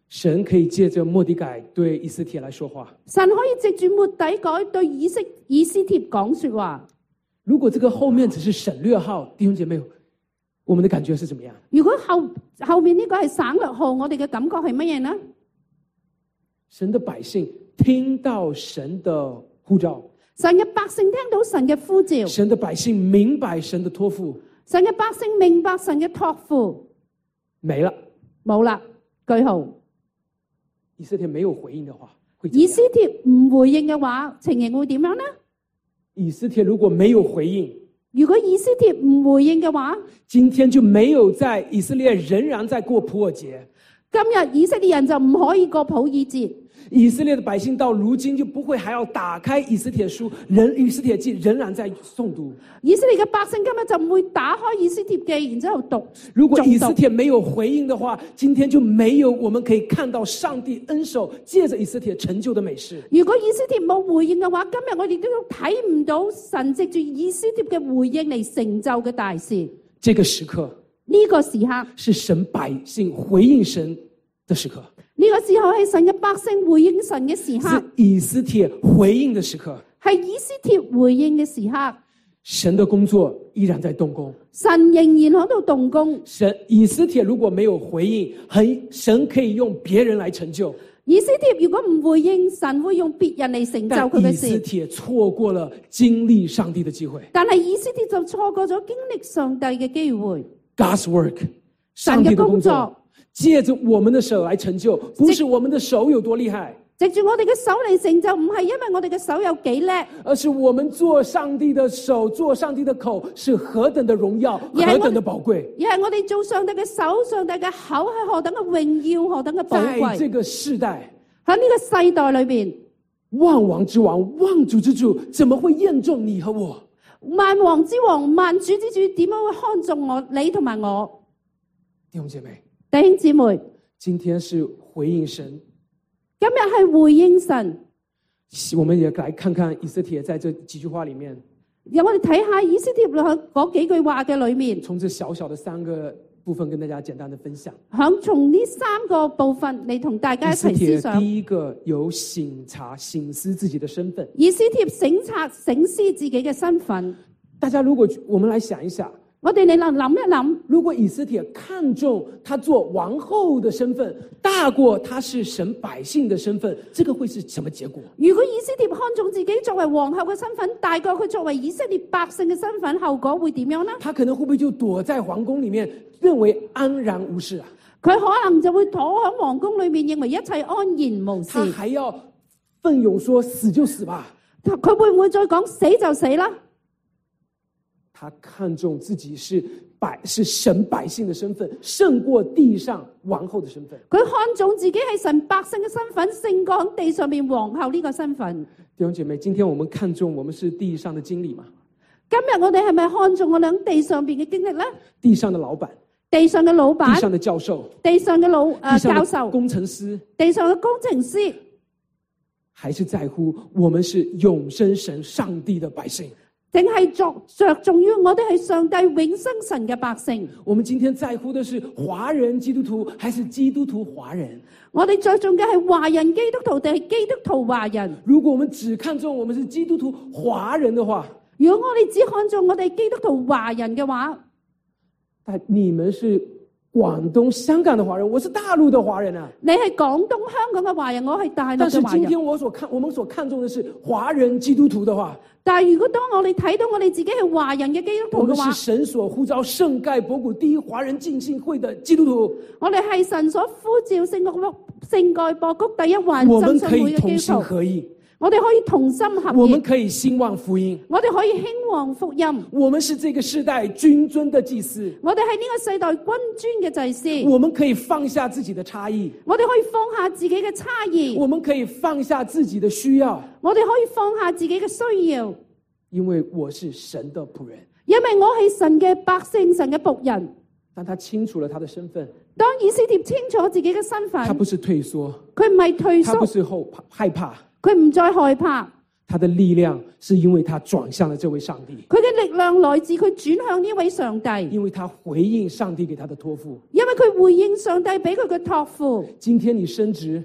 S1: 神可以借着莫迪改对以斯帖来说话。
S2: 神可以藉住末底改對以色以斯帖講说話。
S1: 如果这个后面只是省略号，弟兄姐妹，我们的感觉是怎么样？
S2: 如果後后面呢個係省略號，我哋嘅感覺係乜嘢呢？
S1: 神的百姓听到神的呼召，
S2: 神嘅百姓聽到神嘅呼召，
S1: 神的百姓明白神的托付，
S2: 神嘅百姓明白神嘅托付，
S1: 没了。
S2: 冇啦，句號。
S1: 以色列没有回应的话，会怎么
S2: 以
S1: 样
S2: 斯帖唔回應嘅話，情形會點樣呢？
S1: 以斯帖如果没有回应，
S2: 如果以斯帖唔回應嘅話，
S1: 今天就没有在以色列仍然在过普尔节，
S2: 今日以色列人就唔可以過普爾節。
S1: 以色列的百姓到如今就不会还要打开以斯帖书，仍以斯帖记仍然在诵读。
S2: 以色列嘅百姓今日就唔會打開以斯帖記，然之後讀。
S1: 如果
S2: 誦
S1: 以
S2: 讀
S1: 斯帖没有回应的话，今天就没有我们可以看到上帝恩手借着以斯帖成就的美事。
S2: 如果以斯帖冇回應嘅話，今日我哋都睇唔到神藉住以斯帖嘅回應嚟成就嘅大事。呢、
S1: 这个时刻
S2: 個時刻，呢、
S1: 是神百姓回应神的时刻，
S2: 個時候係神嘅百姓回應神嘅時刻
S1: 是，以斯帖回应的时刻。
S2: 係以斯帖回應嘅時刻。
S1: 神的工作依然在动工。
S2: 神仍然喺度動工。
S1: 神以斯帖如果没有回应，很神可以用别人来成就，
S2: 以斯帖如果唔回應，神會用別人嚟成就
S1: 但
S2: 佢嘅
S1: 以斯
S2: 事。
S1: 帖错过了经历上帝的机会。
S2: 但係以斯帖就錯過咗經歷上帝嘅機會。
S1: God's work，上
S2: 神
S1: 帝
S2: 嘅
S1: 的工
S2: 工
S1: 作
S2: 作，
S1: 借着我们的手来成就，不是我们的手有多厉害，
S2: 藉住我哋嘅手嚟成就，唔係因為我哋嘅手有幾叻，而
S1: 而是我们做上帝的手，做上帝的口，是何等的荣耀，
S2: 也
S1: 何等的宝贵。
S2: 係我哋做上帝嘅手、上帝嘅口係何等嘅榮耀、何等嘅寶
S1: 在
S2: 貴。
S1: 这个世代，
S2: 喺呢個世代裏边，
S1: 万王之王，万主之主，怎么会厌重你和我？
S2: 萬王之王、萬主之主點樣會看重我、你同埋我
S1: 弟兄姐妹，
S2: 弟兄姊妹？
S1: 今天是回应神
S2: 今日係回應神，
S1: 我们也来看看以色帖在这几句话里面，
S2: 由我哋睇下以斯帖嗰幾句話嘅裏面，
S1: 从这小小的三个部分跟大家简单的分享。
S2: 響從呢三個部分嚟同大家
S1: 以
S2: 一
S1: 斯
S2: 齊思
S1: 帖
S2: 想。
S1: 第一个有醒察、醒思自己的身份。
S2: 以斯帖省察省思自己嘅身份。
S1: 大家如果我们来想一想，
S2: 我哋你能諗一諗，
S1: 如果以斯帖看重他做王后的身份，大过他是神百姓的身份，这个会是什么结果？
S2: 如果以斯帖看重自己作為皇后嘅身份，大過佢作為以色列百姓嘅身份，後果會點樣呢？
S1: 他可能会不会就躲在皇宫里面，认为安然无事啊？
S2: 佢可能就會躲喺皇宮裏面，認為一切安然無 事。
S1: 他还要奋勇说死就死吧。
S2: 佢佢會唔會再講死就死啦？
S1: 他看重自己是百是神百姓的身份，胜过地上王后的身份。
S2: 佢看重自己係神百姓嘅身份，勝過喺地上面皇后呢個身份。
S1: 弟兄姐妹，今天我们看重我们是地上的经理嘛，
S2: 今日我哋係咪看重我哋喺地上邊嘅經歷呢？
S1: 地上的老板，
S2: 地上嘅老
S1: 地
S2: 闆、
S1: 上的教授，
S2: 地上嘅老
S1: 地上
S2: 誒啊呃教
S1: 的
S2: 授、
S1: 工程师，
S2: 地上嘅工程師，
S1: 还是在乎我们是永生神上帝的百姓。
S2: 定係着着重於我哋係上帝永生神嘅百姓？
S1: 我们今天在乎的是华人基督徒还是基督徒华人？
S2: 我哋着重嘅係華人基督徒定係基督徒華人？
S1: 如果我们只看重我们是基督徒华人的话，
S2: 如果我哋只看重我哋基督徒華人嘅話，
S1: 但哎你们是广东、香港的华人，我是大陆的华人啊。
S2: 你係廣東、香港嘅華人，我係大陸
S1: 但是
S2: 嘅華
S1: 今
S2: 人。
S1: 天我所看，我们所看重的是华人基督徒的话，
S2: 但係如果當我哋睇到我哋自己係華人嘅基督
S1: 我
S2: 徒
S1: 们
S2: 嘅話
S1: 是，神所呼召圣盖博古第一华人浸信会的基督徒，
S2: 我哋係神所呼召聖國聖蓋博谷第一環
S1: 我们
S2: 浸信
S1: 可以
S2: 會
S1: 同
S2: 嘅基
S1: 心
S2: 督徒，
S1: 合意，
S2: 我哋可以同心合
S1: 我们
S2: 意，
S1: 可以兴旺福音，
S2: 我哋可以興旺福音，
S1: 我们是这个世代君尊的祭司，
S2: 我哋係呢個世代君尊嘅祭司，
S1: 我们可以放下自己的差异，
S2: 我哋可以放下自己嘅差異，
S1: 我们可以放下自己的需要，
S2: 我哋可以放下自己嘅需要，
S1: 因为我是神的仆人。
S2: 因為我係神嘅百姓，神嘅仆人。
S1: 当他清楚了他的身份，
S2: 當以斯帖清楚自己嘅身份，
S1: 他不是退缩，
S2: 佢唔係退
S1: 他不
S2: 縮，
S1: 是后怕害怕，
S2: 佢唔再害怕，
S1: 他的力量是因为他转向了这位上帝。
S2: 佢嘅力量來自佢轉向呢位上帝，
S1: 因为他回应上帝给他的托付。
S2: 因為佢回應上帝俾佢嘅託付。
S1: 今天你升职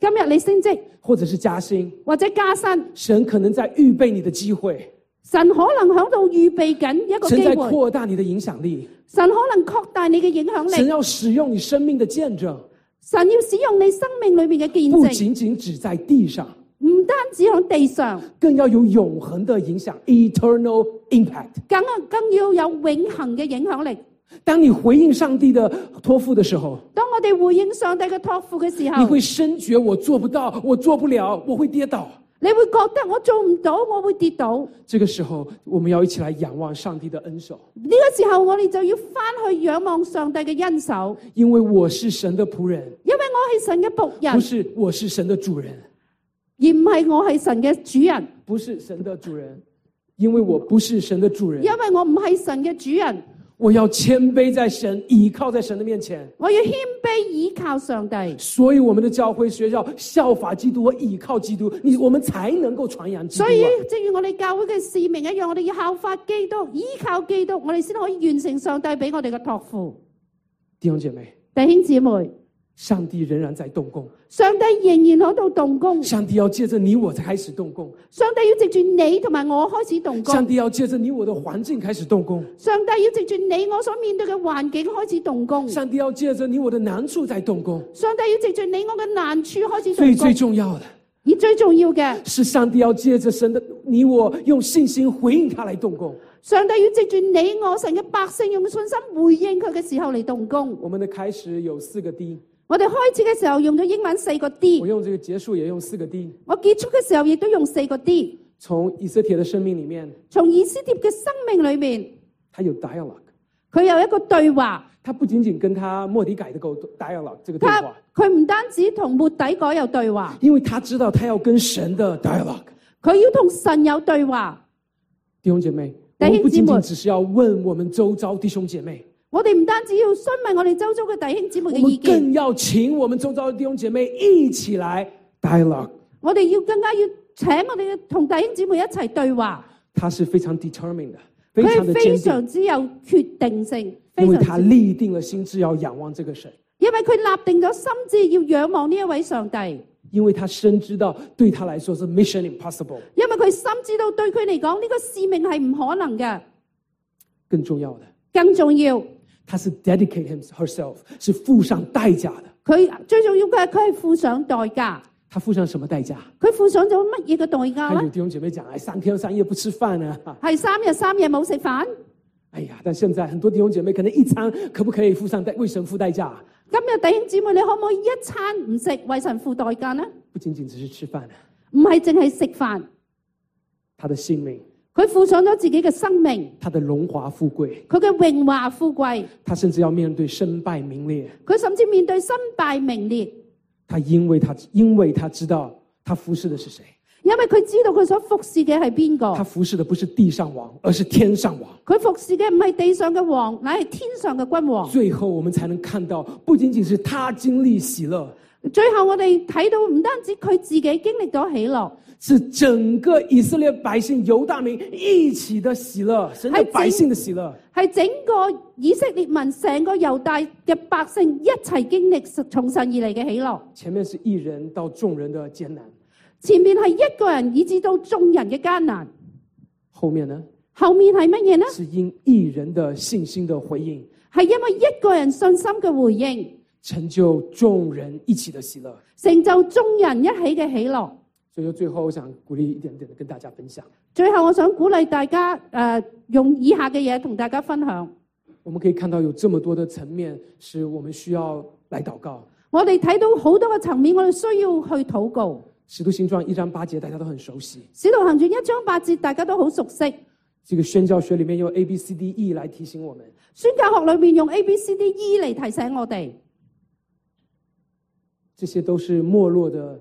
S2: 今日你升職
S1: 或者是加薪，
S2: 或者加薪，
S1: 神可能在预备你的机会，
S2: 神可能喺度預備緊一個
S1: 神
S2: 機
S1: 在
S2: 會，
S1: 扩大你的影响力，
S2: 神可能擴大你嘅影響
S1: 神
S2: 力，
S1: 要使用你生命的见证，
S2: 神要使用你生命裏面嘅見
S1: 不
S2: 證，
S1: 仅仅只在地上，
S2: 唔單止喺地上，
S1: 更要有永恒的影响 （eternal impact）。
S2: 更更要有永恒嘅影響力。
S1: 当你回应上帝的托付的时候，
S2: 當我哋回應上帝嘅托付嘅時
S1: 你
S2: 候，
S1: 会深觉我做不到，我做不了，我会跌倒。
S2: 你會覺得我做唔到，我會跌倒。呢、
S1: 这个时候，我们要一起来仰望上帝的恩手，
S2: 個時候我哋就要翻去仰望上帝嘅恩手，
S1: 因为我是神的仆人，
S2: 因為我係神嘅仆人，
S1: 不是我是神的主人。
S2: 而唔係我係神嘅主人，
S1: 不是神的主人，因为我不是神的主人
S2: 因，為我唔係神嘅主人，
S1: 我要谦卑在神，倚靠在神的面前。
S2: 我要謙卑倚靠上帝。
S1: 所以，我们的教会学校效法基督和倚靠基督，你我们才能够传扬基督、啊
S2: 所。以，正如我哋教會嘅使命一樣，我哋要效法基督，依靠基督，我哋先可以完成上帝俾我哋嘅託付。
S1: 弟兄姐妹，
S2: 弟兄姊妹，
S1: 上帝仍然在动工，
S2: 上帝仍然喺度動工，
S1: 上帝要借着你我才开始動工，
S2: 上帝要藉住你同埋我開始動工，
S1: 上帝要借着你我的环境开始动工，
S2: 上帝要藉住你我所面對嘅環境開始動工，
S1: 上帝要借着你我的難處在动工。
S2: 上帝要藉住你我嘅難處開始
S1: 最
S2: 動
S1: 最
S2: 工。
S1: 重要的
S2: 而最重要嘅，
S1: 是，上帝要借着神的你我，用信心回应他来动工。
S2: 上帝要藉住你我神嘅百姓用信心回應佢嘅時候嚟動工。
S1: 我们的开始有四个 D，
S2: 我哋開始嘅時候用咗英文四個 D，
S1: 我用这个结束也用四个 D。
S2: 我結束嘅時候亦都用四個 D。
S1: 从以色列的生命里面，
S2: 從以斯帖嘅生命裏面，
S1: 他有 dialogue，
S2: 佢有一個對話，
S1: 他不仅仅跟他莫迪改的沟 dialogue 这个对
S2: 他
S1: 话，
S2: 佢唔單止同末底改有對話，
S1: 因为他知道他要跟神的 dialogue。
S2: 佢要同神有對話。
S1: 弟兄姐妹，我
S2: 弟兄
S1: 们不仅
S2: 姊
S1: 仅
S2: 妹
S1: 只是要問我们周遭弟兄姐妹，
S2: 我哋唔單止要詢問我哋周遭嘅弟兄姊妹
S1: 我
S2: 嘅意
S1: 们
S2: 見，
S1: 更要请我们周遭的弟兄姐妹一起来 dialogue。
S2: 我哋要更加要請我哋嘅同弟兄姊妹一齊對話。
S1: 他是非常 determined 的，非
S2: 佢
S1: 常的
S2: 係非
S1: 坚定，
S2: 常之有決定性，非
S1: 因为他
S2: 常之，
S1: 立定了心志要仰望这个神，
S2: 因為佢立定咗心志要仰望呢一位上帝，
S1: 因为他深知道对他来说是 mission impossible。
S2: 因為佢深知道對佢嚟講呢個使命係唔可能嘅。
S1: 更重要的，
S2: 更重要，
S1: 他是 dedicate him herself，是付上代价的。
S2: 佢最重要嘅係佢係付上代價，
S1: 他付上什么代价？
S2: 佢付上咗乜嘢嘅代價
S1: 还
S2: 呢？
S1: 有弟兄姐妹讲，哎，三天三夜不吃饭呢、啊。
S2: 係三日三夜冇食飯。
S1: 哎呀，但现在很多弟兄姐妹可能一餐可不可以付上代为神付代价啊、
S2: 今日弟兄姊妹，你可唔可以一餐唔食為神付代價呢？
S1: 不仅仅只是吃饭、啊，
S2: 唔係淨係食飯，
S1: 他的性命，
S2: 佢付上咗自己嘅生命，
S1: 他的荣华富贵，
S2: 佢嘅榮華富貴，
S1: 他甚至要面对身败名裂。
S2: 佢甚至面對身敗名裂，
S1: 他因为他因为他知道他服侍的是谁，
S2: 因為佢知道佢所服侍嘅係邊
S1: 他
S2: 個，
S1: 服侍的不是地上王，而是天上王。
S2: 佢服侍嘅唔係地上嘅王，乃係天上嘅君王。
S1: 最后我们才能看到，不仅仅是他经历喜乐，
S2: 最後我哋睇到唔單止佢自己經歷咗喜樂，
S1: 是整个以色列百姓犹大民一起的喜乐，神的
S2: 还真
S1: 百姓的喜乐。
S2: 係整個以色列民、成個猶大嘅百姓一齊經歷從神而嚟嘅喜樂。
S1: 前面是一人到众人的艰难，
S2: 前面係一個人以至到眾人嘅艱難，
S1: 后面呢
S2: 後面係乜嘢呢？
S1: 是因一人的信心的回应，
S2: 係因為一個人信心嘅回應，
S1: 成就众人一起的喜乐。
S2: 成就眾人一起嘅喜樂。
S1: 所以说最后我想鼓励一点点的跟大家分享，
S2: 最後，我想鼓勵大家誒、呃用以下嘅嘢同大家分享。
S1: 我们可以看到有这么多的层面是我们需要来祷告。
S2: 我哋睇到好多個層面，我哋需要去禱告。
S1: 使徒行传一章八节大家都很熟悉，
S2: 使徒行傳一章八節，大家都好熟悉。
S1: 这个宣教学里面用 A B C D E 来提醒我们。
S2: 宣教學裏面用 A、B、C、D、E 嚟提醒我哋，
S1: 这些都是没落的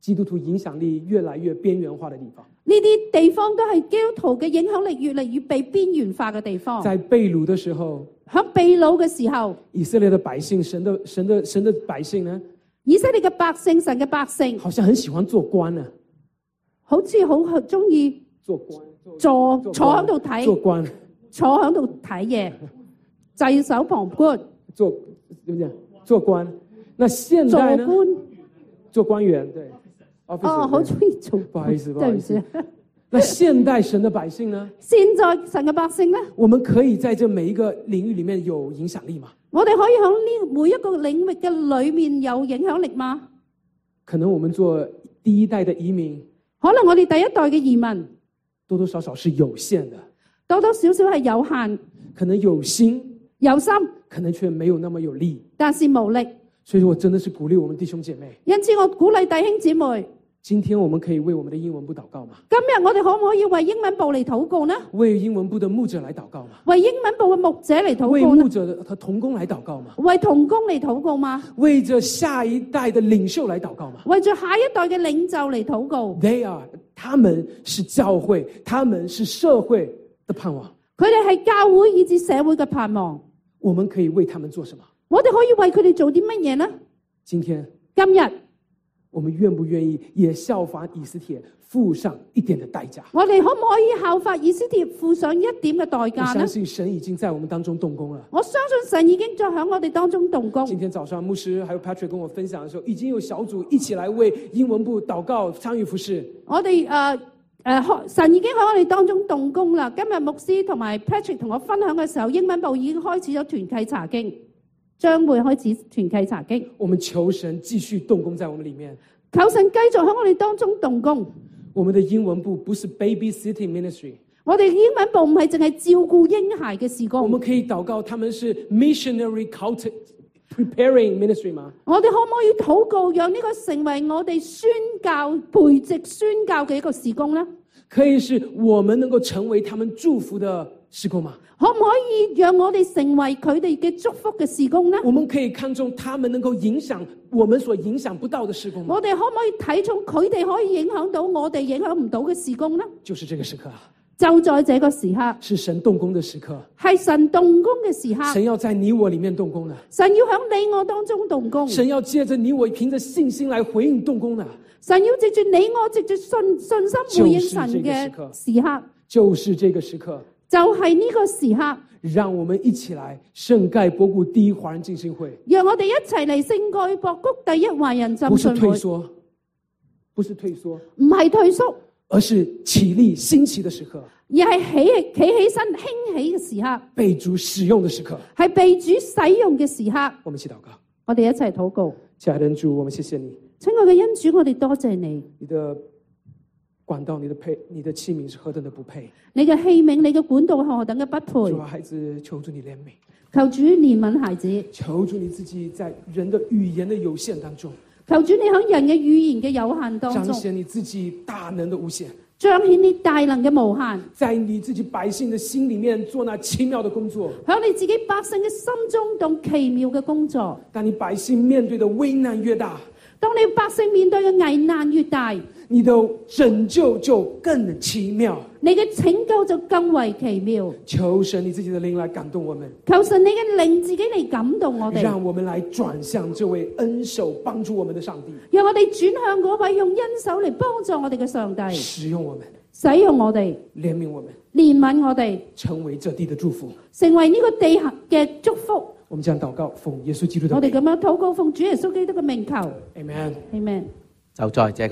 S1: 基督徒影响力越来越边缘化的地方。
S2: 呢啲地方都係基督徒嘅影響力越嚟越被邊緣化嘅地方。
S1: 在被掳的时候，
S2: 喺秘魯嘅時候，
S1: 以色列的百姓，神的神的神的百姓呢，
S2: 以色列嘅百姓、神嘅百姓，
S1: 好像很喜欢做官啊呢、
S2: 好似好中意
S1: 做官，做
S2: 坐坐
S1: 做
S2: 喺度
S1: 做
S2: 睇，
S1: 官，
S2: 坐喺度睇嘢，袖手旁觀，
S1: 做怎么讲？做官。那现
S2: 做
S1: 在呢？
S2: 官。
S1: 做官员，对，officer，
S2: 哦，好
S1: 对
S2: 中意做官。
S1: 不好意思不好
S2: 對唔
S1: 意
S2: 住
S1: 思。那现代神的百姓呢？
S2: 現在神嘅百姓咧，
S1: 我们可以在这每一个領域里面有影響力吗？
S2: 我哋可以喺呢每一個領域嘅裏面有影響力嗎？
S1: 可能我们做第一代的移民，
S2: 可能我哋第一代嘅移民
S1: 多多少少是有限的，
S2: 多多少少係有限、
S1: 可能有心，
S2: 有心，
S1: 可能却没有那么有力。
S2: 但是無力。
S1: 所以我真的是鼓励我们弟兄姐妹，
S2: 因此，我鼓勵弟兄姊妹，
S1: 今天我们可以为我们的英文部禱告吗？
S2: 今日我哋可唔可以為英文部嚟禱告呢？
S1: 为英文部的牧者来禱告吗？
S2: 為英文部嘅牧者嚟禱
S1: 为
S2: 告呢？
S1: 牧者的和童工来禱告吗？
S2: 為童工嚟禱告嘛？
S1: 为着下一代的领袖来禱告吗
S2: 為住下一代嘅領袖嚟禱告，
S1: ？They are，他们是教会，他们是社会的盼望。
S2: 佢哋係教會以至社會嘅盼望。
S1: 我们可以为他们做什么？
S2: 我哋可以為佢哋做啲乜嘢呢？
S1: 今天
S2: 今日
S1: 我们愿不愿意也效法以斯帖，付上一点的代价？
S2: 我哋可唔可以效法以斯帖付上一點嘅代
S1: 我
S2: 價
S1: 相
S2: 呢？
S1: 信神已经在我们當中動工了。
S2: 我相信神已經在喺我哋當中動工。
S1: 今天早上牧师还有 Patrick 跟我分享的时候，已经有小组一起来为英文部祷告、参与服侍。
S2: 我哋誒誒，神已經喺我哋當中動工啦。今日牧師同埋 Patrick 同我分享嘅時候，英文部已經開始咗團契查經，將會開始團契查經。
S1: 我們求神继續動工在我们里面。
S2: 求神繼續喺我哋當中動工。
S1: 我们的英文部不是 babysitting ministry，
S2: 我哋英文部唔係淨係照顧嬰孩嘅事
S1: 我
S2: 工，
S1: 们可以祷告他们是 missionary cult preparing ministry 吗？
S2: 我哋可唔可以禱告，讓呢個成為我哋宣教培植宣教嘅一個事工呢？
S1: 可以是我们能够成为他们祝福的施工吗？
S2: 可唔可以讓我哋成為佢哋嘅祝福嘅事工呢？
S1: 我们可以看重他们能够影响我们所影响不到的施工吗？
S2: 我哋可唔可以睇重佢哋可以影響到我哋影響唔到嘅事工呢？
S1: 就是这个时刻啊，
S2: 就在這個時刻，
S1: 是神動工的时刻，
S2: 係神動工嘅時刻，
S1: 神要在你我里面动工的，
S2: 神要喺你我當中動工，
S1: 神要借着你我凭着信心来回应动工的，
S2: 神要藉住你我藉住信信心回應神
S1: 就是這個時刻
S2: 嘅時刻，
S1: 就是这个时刻，
S2: 就係呢個時刻，
S1: 让我们一起来圣盖博谷第一华人浸信会，
S2: 讓我哋一齊嚟聖蓋博谷第一華人
S1: 不
S2: 浸
S1: 是
S2: 信
S1: 退
S2: 會，
S1: 缩，不是退缩，
S2: 唔係退縮，
S1: 而是起立兴起的时刻，
S2: 而係起起起身興起嘅時刻，
S1: 被主使用的时刻。
S2: 係被主使用嘅時刻。
S1: 我们一起祷告，
S2: 我哋一齊禱告，
S1: 亲爱的主，我们谢谢你，
S2: 親愛嘅恩主，我哋多謝你，
S1: 你的管道、你的配、你的器皿是何等的不配。
S2: 你嘅器皿、你嘅管道係何等嘅不
S1: 主
S2: 配。
S1: 啊，孩子，求主你怜悯，
S2: 求主憐憫孩子，
S1: 求主你自己在人的语言的有限当中，
S2: 求主你喺人嘅語言嘅有限當
S1: 彰
S2: 中，
S1: 显你自己大能的无限，
S2: 彰顯你大能嘅無限。
S1: 在你自己百姓的心里面做那奇妙的工作。
S2: 喺你自己百姓嘅心中動奇妙嘅工作。
S1: 当你百姓面对的危难越大，
S2: 當你百姓面對嘅危難越大，你
S1: 你的拯救就更奇妙。
S2: 嘅拯救就更為奇妙。
S1: 求神你自己的灵来感动我们，
S2: 求神你嘅靈自己嚟感動我哋，
S1: 让我们来转向这位恩手帮助我们的上帝，
S2: 讓我哋轉向嗰位用恩手嚟幫助我哋嘅上帝，
S1: 使用我们，
S2: 使用我哋，
S1: 怜悯我们，
S2: 憐憫我哋，
S1: 成为这地的祝福。
S2: 成為呢個地下嘅祝福。
S1: 我们这样祷告，奉耶稣基督的
S2: 我哋
S1: 名
S2: 咁樣禱告，奉主耶穌基督嘅名求
S1: ，Amen。
S2: ，Amen。
S3: 就在這個